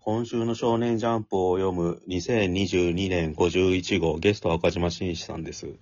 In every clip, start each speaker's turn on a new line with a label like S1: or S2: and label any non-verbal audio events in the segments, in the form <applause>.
S1: 今週の少年ジャンプを読む2022年51号、ゲストは岡島紳士さんです。よ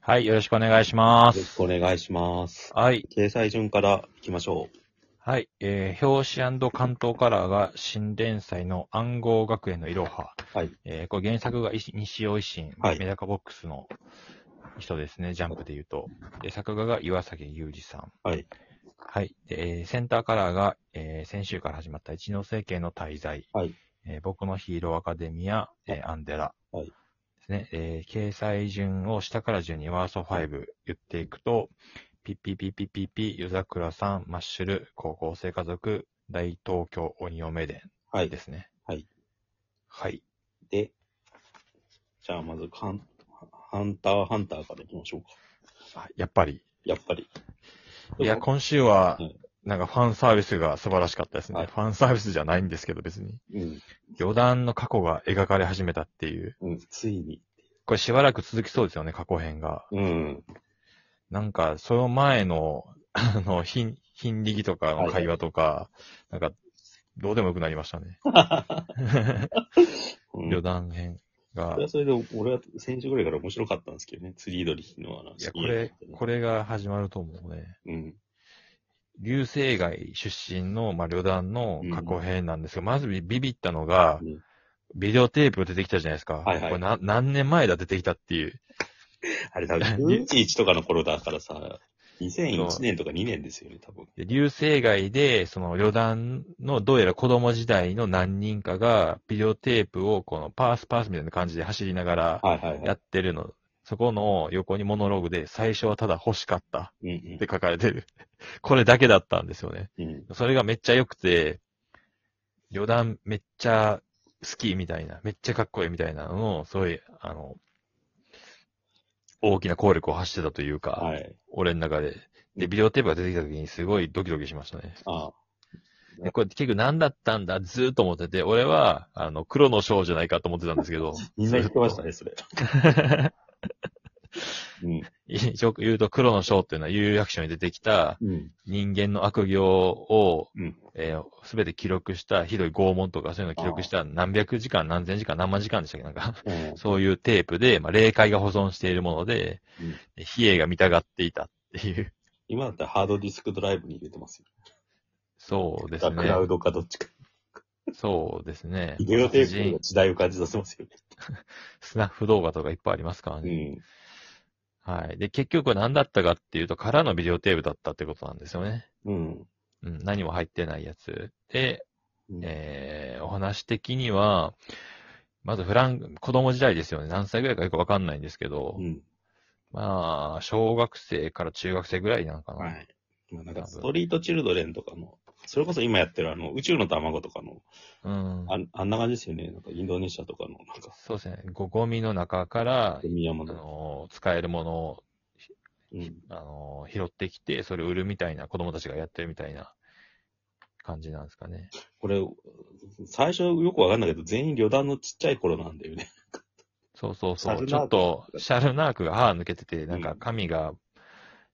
S2: はい、よろしくお願いしま
S1: ろし
S2: す。
S1: くお願いします。
S2: はい。
S1: 掲載順から行きましょう。
S2: はい。えー、表紙関東カラーが新連載の暗号学園のいろは。
S1: はい。
S2: えー、これ原作が石西尾維新、
S1: はい
S2: メダカボックスの人ですね、ジャンプで言うと。で、作画が岩崎裕二さん。
S1: はい。
S2: はい。で、えーセンターカラーが、えー先週から始まった一ノ瀬家の滞在。
S1: はい。
S2: えー僕のヒーローアカデミア、えーアンデラ。
S1: はい
S2: ですね。えー掲載順を下から順にワースト5言っていくと、ピッピピピピピ、夜桜さん、マッシュル、高校生家族、大東京鬼嫁伝
S1: はい
S2: で。すね。
S1: はい。
S2: はい。
S1: で、じゃあまずハン、ハンターハンターから行きましょうか。
S2: あやっぱり。
S1: やっぱり。
S2: いや、今週は
S1: はい、
S2: なんかファンサービスが素晴らしかったですね。
S1: はい
S2: ファンサービスじゃないんですけど、別に。
S1: うん、
S2: 余談の過去が描かれ始めたっていう。
S1: うん、ついに。
S2: これしばらく続きそうですよね、過去編が。
S1: うん。
S2: なんか、その前の、あの、ひん、ひんりぎとかの会話とか、なんか、どうでもよくなりましたね。
S1: うん
S2: 余談編が
S1: それ。はそれで、俺は先週ぐらいから面白かったんですけどね、釣り鳥の話。
S2: いや、これ、これが始まると思うね。
S1: うん。
S2: 流星街出身の、まあ、旅団の過去編なんですけど、まずビビビったのが
S1: うん、
S2: ビデオテープ出てきたじゃないですか。
S1: はいはい
S2: これな何年前だ出てきたっていう。
S1: あれ多分、911とかの頃だからさ、2001年とか2年ですよね、多分。
S2: で流星街で、その旅団のどうやら子供時代の何人かが、ビデオテープをこのパースパースみたいな感じで走りながら
S1: はいはいは
S2: や
S1: い。
S2: ってるの。そこの横にモノローグで、最初はただ欲しかった
S1: うん
S2: っ
S1: う
S2: て書かれてる。これだけだったんですよね。
S1: ん。うん。
S2: それがめっちゃ良くて、旅団めっちゃ好きみたいな、めっちゃかっこいいみたいなのを、すごい、あの、大きな効力を発してたというか、
S1: はい。
S2: 俺の中で。で、ビデオテープが出てきた時にすごいドキドキしましたね。
S1: ああ
S2: でこれ結局何だったんだずーっと思ってて、俺は、あの、黒の章じゃないかと思ってたんで
S1: <laughs>
S2: すけど。
S1: みんな言ってましたね、それ。 <laughs> うん。
S2: 一応言うと黒の章っていうのは有役所に出てきた
S1: うん。
S2: 人間の悪行を
S1: うん、
S2: えすべて記録した、ひどい拷問とかそういうのを記録した何百時間、何千時間、何万時間でしたっけなんか、 <laughs>
S1: うん
S2: そういうテープで、まあ、霊界が保存しているもので
S1: うん、
S2: で比叡が見たがっていたっていう。
S1: 今だったらハードディスクドライブに入れてますよ。
S2: そうです
S1: クラウ
S2: ね。
S1: ドかどっちか。
S2: そうですね。
S1: ビデオテ
S2: 殺
S1: ープ
S2: 人
S1: が時代を感じさせますよ
S2: スナッフ動画とかいっぱいありますからね。
S1: ね。
S2: はい。で、結局何だったかっていうと、空のビデオテープだったってことなんですよね。
S1: うん。
S2: うん、何も入ってないやつ。で、
S1: うん。
S2: えー、お話的には、まずフラン、子供時代ですよね。何歳ぐらいかよくわかんないんですけど、
S1: うん。
S2: まあ、小学生から中学生ぐらいなんかな。
S1: はい。まあなんか、ストリートチルドレンとかの、それこそ今やってるあの、宇宙の卵とかの、
S2: うん。
S1: あんあんな感じですよね。なんか、インドネシアとかの、なんか、
S2: そうですね。ごゴミの中から、
S1: 海山
S2: あ
S1: の。
S2: のー、使えるものを、
S1: うん。
S2: あのー、拾ってきて、それを売るみたいな、子供たちがやってるみたいな感じなんですかね。
S1: これ、最初よくわかんないけど、全員旅団のちっちゃい頃なんだよね。
S2: そうそう
S1: シャ
S2: そ
S1: ル
S2: う。
S1: ナーク
S2: ちょっと、シャルナークが歯抜けてて、なんか髪が、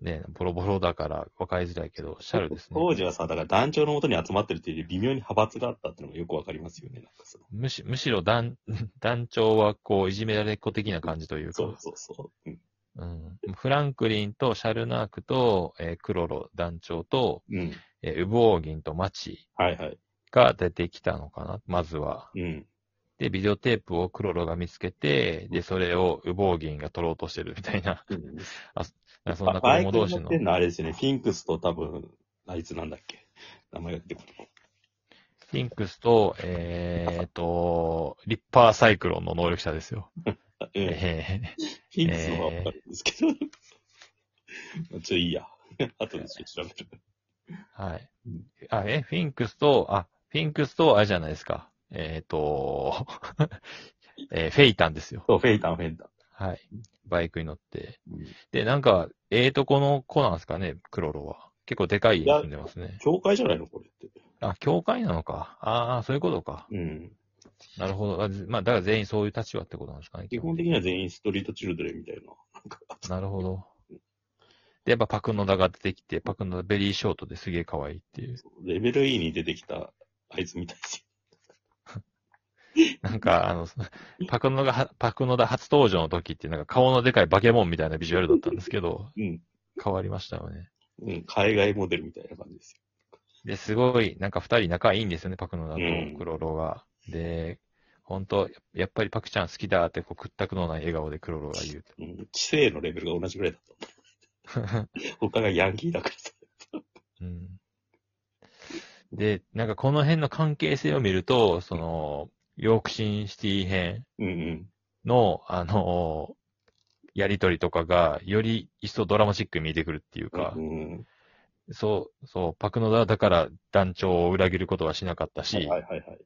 S2: ね、ボロボロだから分かりづらいけど、シャルですね。
S1: 当時はさ、だから団長のもとに集まってるっていうより微妙に派閥があったっていうのがよくわかりますよね。なんかその
S2: むしむしろ団、 <laughs> 団長はこう、いじめられっ子的な感じというか、
S1: そうそうそう。うん
S2: うん、フランクリンとシャルナークと、えークロロ団長と、
S1: うん。
S2: えーウボウギンとマチ
S1: はいはい。
S2: が出てきたのかな、まずは。
S1: うん。
S2: で、ビデオテープをクロロが見つけて、で、それをウボウギンが取ろうとしてるみたいな、
S1: うん
S2: なんかそんな子
S1: バイ
S2: 供
S1: ク
S2: 同
S1: に
S2: 士
S1: 乗っ
S2: の
S1: て。んのあれですよね。フィンクスと多分、あいつなんだっけ。名前が出てこない。
S2: フィンクスと、えー、と、リッパーサイクロンの能力者ですよ。
S1: うん
S2: えー
S1: フィンクスの方がわかるんですけど。 <laughs> まあちょ、いいや。 <laughs> 後でちょっと調べる。
S2: はい
S1: うん。
S2: あ、え、フィンクスと、あ、フィンクスと、あれじゃないですか。えー、と、 <laughs> えーフェイタンですよ。
S1: そう、フェイタン、フェイタン。
S2: はい。バイクに乗って。
S1: うん
S2: で、なんか、ええとこの子なんですかね、クロロは。結構でかい家に住んでますね。
S1: 教会じゃないのこれって。
S2: あ、教会なのか。ああ、そういうことか。
S1: うん。
S2: なるほど。あずまあ、だから全員そういう立場ってことなんですかね。
S1: 基本的には全員ストリートチルドレンみたいな。なんか
S2: なるほど。で、やっぱパクノダが出てきて、パクノダベリーショートですげえ可愛いっていう。
S1: レベル E に出てきたあいつみたいです
S2: なんか、あの、パクノがは、パクノダ初登場の時って、なんか顔のでかいバケモンみたいなビジュアルだったんですけど、
S1: うん。
S2: 変わりましたよね。
S1: うん。海外モデルみたいな感じです
S2: で、すごい、なんか二人仲いいんですよね、パクノダ
S1: うん
S2: とクロロが。で、本当やっぱりパクちゃん好きだって、こう、屈託のない笑顔でクロロが言う
S1: よ。うん。知性のレベルが同じぐらいだった。
S2: と。 <laughs>
S1: 他がヤンキーだからさ。
S2: うん。で、なんかこの辺の関係性を見ると、その、ヨークシンシティ編
S1: うんうん。
S2: の、あの、やりとりとかが、より一層ドラマチックに見えてくるっていうか
S1: う、ん。
S2: そう、そう、パクノダだから団長を裏切ることはしなかった
S1: はい
S2: し、
S1: はいはいはい。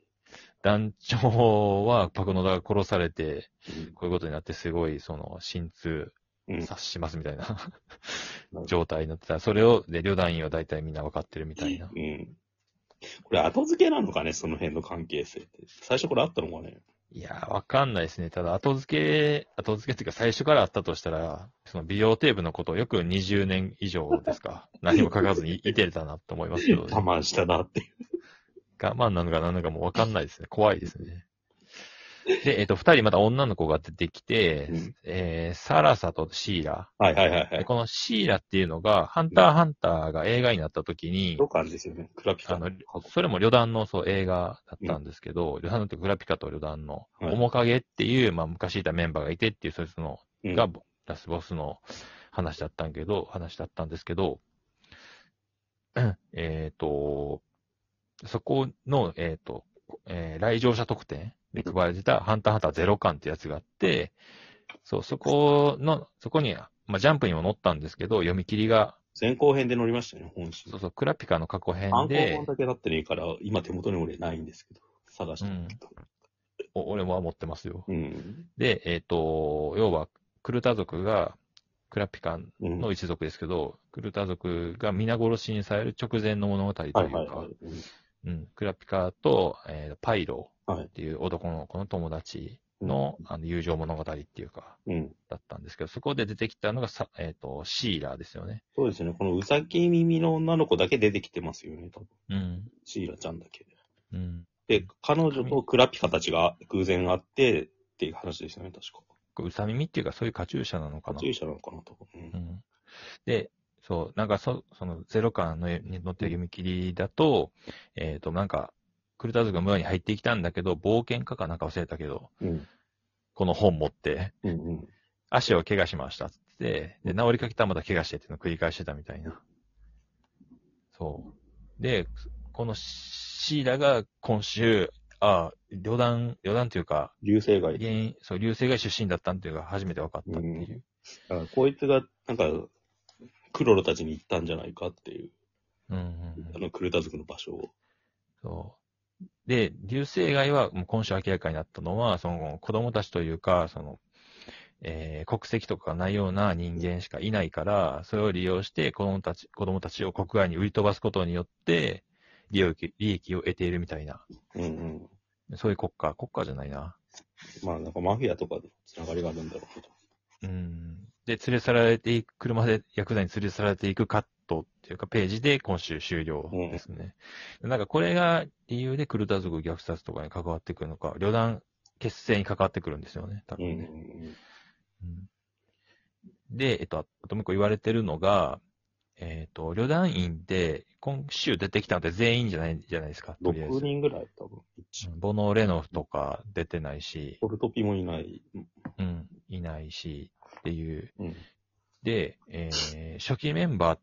S2: 団長はパクノダが殺されて、
S1: うん
S2: こういうことになってすごい、その、心痛
S1: うん。
S2: 察しますみたいな
S1: うん
S2: <laughs> 状態になってた。それを、で、旅団員は大体みんな分かってるみたいな。
S1: うん。これ後付けなのかね、その辺の関係性って。最初これあったのかね。
S2: いやー、わかんないですね。ただ、後付け、後付けっていうか、最初からあったとしたら、その美容テープのことをよく20年以上です
S1: <laughs>
S2: か。何も書かずにいてれたなと思いますけど、
S1: 我慢したなっていう。
S2: 我慢なのか何なのかもうわかんないですね。怖いですね。で、えっ、と、二人また女の子が出てきて、
S1: うん
S2: えー、サラサとシーラ。
S1: はいはいはいは
S2: で
S1: い。
S2: このシーラっていうのが、ハンターハンターが映画になった時に、
S1: ロカンですよね。クラピカ
S2: あ
S1: の
S2: の
S1: 過去。、
S2: それも旅団のそう映画だったんですけど、旅団のってグラピカと旅団の
S1: はい
S2: 面影っていう、まあ昔いたメンバーがいてっていう、そいつの
S1: うん
S2: がラスボスの話だったんけど、話だったんですけど、 <clears throat> うんえっ、と、そこの、えっ、と、えー来場者特典で配られてたハンターハンターゼロ巻ってやつがあって、そう、そこの、そこに、まあジャンプにも載ったんですけど、読み切りが、
S1: 前後編で乗りましたよね、本誌。
S2: そうそう、クラピカの過去編
S1: 参考
S2: で
S1: 本、だけだってねえから、今手元に俺ないんですけど、探してみると。
S2: お俺も持ってますよ。
S1: うん。
S2: で、えっ、と、要は、クルタ族が、クラピカ
S1: うん。
S2: の一族ですけど、クルタ族が皆殺しにされる直前の物語というか、
S1: はいはいはい。うん
S2: うん、クラピカと、えーパイロ
S1: はい
S2: っていう男の子の友達の,、あの友情物語っていうか、
S1: うん。
S2: だったんですけど、そこで出てきたのがさ、えっとシーラーですよね。
S1: そうですね。このうさぎ耳の女の子だけ出てきてますよね、多分。
S2: うん。
S1: シーラちゃんだけ。
S2: うん、
S1: で、彼女とクラピカたちが偶然会ってっていう話でしたね、確か。
S2: これうさ耳っていうか、そういうカチューシャなのかな。
S1: 注射なのかな、多分。うん
S2: うんで、そう、なんかそ、その、ゼロ感のに乗ってる読み切りだと、えっ、と、なんか、クルタ族が村に入ってきたんだけど、冒険家かなんか忘れたけど、
S1: うん。
S2: この本持って、
S1: うんうん。
S2: 足を怪我しましたっつって、で、治りかけたらまた怪我してっていうのを繰り返してたみたいな。そう。で、このシーラが今週、ああ、旅団、旅団というか、
S1: 流星街。
S2: 原因、そう、流星が出身だったっていうのが初めて分かったっていう。
S1: だからこいつが、なんか、クロロたちに行ったんじゃないかっていう、
S2: うんうんうん
S1: あの、クルタ族の場所を。
S2: そう。で、流星街はもう今週明らかになったのは、その子供たちというか、その、えー国籍とかがないような人間しかいないから、それを利用して子供たち、子供たちを国外に売り飛ばすことによって、利益、利益を得ているみたいな。
S1: うんうん。
S2: そういう国家、国家じゃないな。
S1: まあ、なんかマフィアとかのつながりがあるんだろうけど。
S2: うん。で、連れ去られていく、車でヤクザに連れ去られていくカットっていうかページで今週終了ですね。なんかこれが理由でクルタ族虐殺とかに関わってくるのか、旅団結成に関わってくるんですよね、多
S1: うん
S2: 分ね。
S1: うん
S2: うんで、えっと、あともう一個言われてるのが、えっと、旅団員って今週出てきたのって全員じゃないじゃないですか、
S1: う
S2: と
S1: ん。
S2: りあえ
S1: 6
S2: ず。
S1: 人ぐらい、多分。一
S2: うんボノ・レノフとか出てないし、
S1: ポルトピもいない。
S2: うん、いないし、っていう
S1: うん。
S2: で、えー初期メンバーっ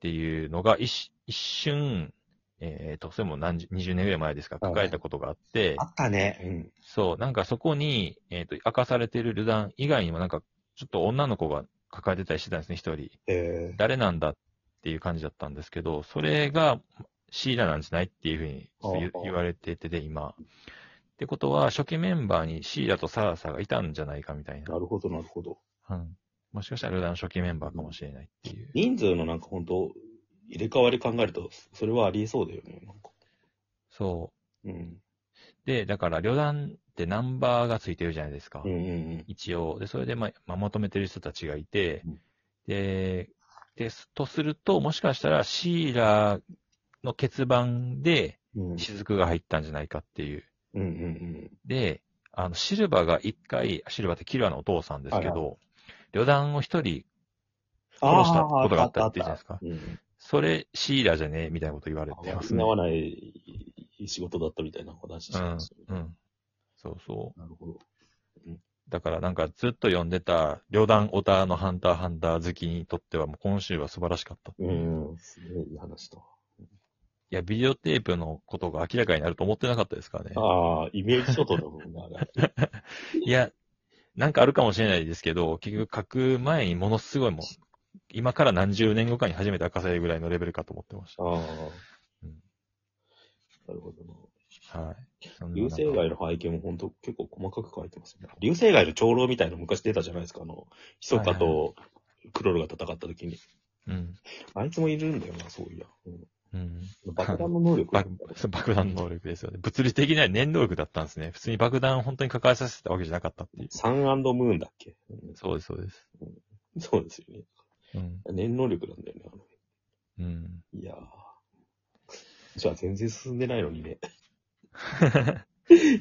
S2: ていうのが一一瞬、えー、と、それも何十、20年ぐらい前ですか、
S1: はい
S2: 書かれたことがあって
S1: あ、ったね。
S2: そう、なんかそこに、えっ、と、明かされてる旅団以外にもなんか、ちょっと女の子が抱えてたりしてたんですね、一人。
S1: うん。え
S2: 誰なんだっていう感じだったんですけど、それがシーラなんじゃないっていうふうに
S1: ああ
S2: 言言われててで、今。ってことは、初期メンバーにシーラとサラサがいたんじゃないかみたい
S1: ー、
S2: な。
S1: なるほど、なるほど。
S2: うん。もしかしたら旅団の初期メンバーかもしれないっていう。
S1: 人数のなんか本当入れ替わり考えると、それはありえそうだよね。なんか
S2: そ
S1: うん。
S2: う。で、だから、旅団ってナンバーがついてるじゃないですか。
S1: うんうん
S2: 一応。で、それで、まあ、まあまとめてる人たちがいて
S1: うん、
S2: で、です、とすると、もしかしたら、シーラの欠番で、
S1: うん。うん。
S2: 雫が入ったんじゃないかっていう。
S1: うんうん
S2: で、あの、シルバーが一回、シルバーってキルアのお父さんですけ
S1: はい
S2: ど、旅団を一人
S1: うん。
S2: 殺したことがあったって言うじゃないですか
S1: あーあったあったあったうん
S2: それ、シーラじゃねえみたいなこと言われてます
S1: 失
S2: ね。
S1: わない仕事だったみたいな話してますよ
S2: う
S1: ね
S2: ん。そうそう。
S1: なるほど。
S2: だからなんかずっと読んでた、旅団オタのハンターハンター好きにとってはもう今週は素晴らしかった。
S1: う
S2: い
S1: ん、すごいいい話だ。
S2: や、ビデオテープのことが明らかになると思ってなかったですからね。
S1: ああ、イメージショットだもんな、あれ。
S2: いや、なんかあるかもしれないですけど、結局書く前にものすごいもう、今から何十年後かに初めて明かされるぐらいのレベルかと思ってまし
S1: ああ。
S2: <laughs> うん
S1: なるほどな。
S2: た。はい。そんな
S1: 流
S2: 中
S1: 星街の背景も本当結構細かく書いてますね。流星街の長老みたいなの昔出たじゃないですか、あの、ひそかとクロルが戦った時に。
S2: うん。
S1: あいつもいるんだよな、そういや。う
S2: うん。 <laughs>
S1: ん、爆弾の能力。
S2: ばそう爆弾能力ですよね。物理的には念能力だったんですね。普通に爆弾を本当に抱えさせてたわけじゃなかったっていう。
S1: サンムーンだっけ、うん
S2: そうです、そうです。
S1: そうですよね。
S2: うん。
S1: 念能力なんだよね、あの。
S2: うん。
S1: いやー。じゃあ全然進んでないのにね。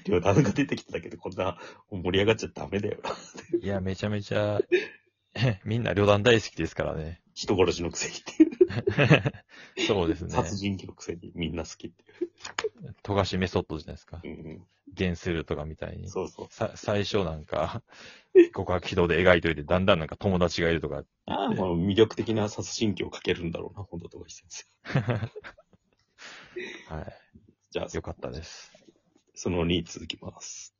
S1: 両団が出てきただけでこんな盛り上がっちゃダメだよな。
S2: いや、めちゃめちゃ、 <laughs> みんな旅団大好きですからね。 <laughs>
S1: 人殺しのくせにっていう。
S2: そうですね。
S1: 殺人鬼のくせにみんな好きって
S2: 富樫メソッドじゃないですか。
S1: いう。
S2: ゲンスルとかみたい
S1: うん、
S2: に。
S1: そうそう。
S2: さ最初なんか、 <laughs> 告白軌道で描いといて、だんだんなんか友達がいるとか。
S1: ああ、まあ魅力的な殺人鬼をかけるんだろうな、本田富樫先生。
S2: は
S1: じゃあ
S2: い。、よかったです。
S1: その2続きます。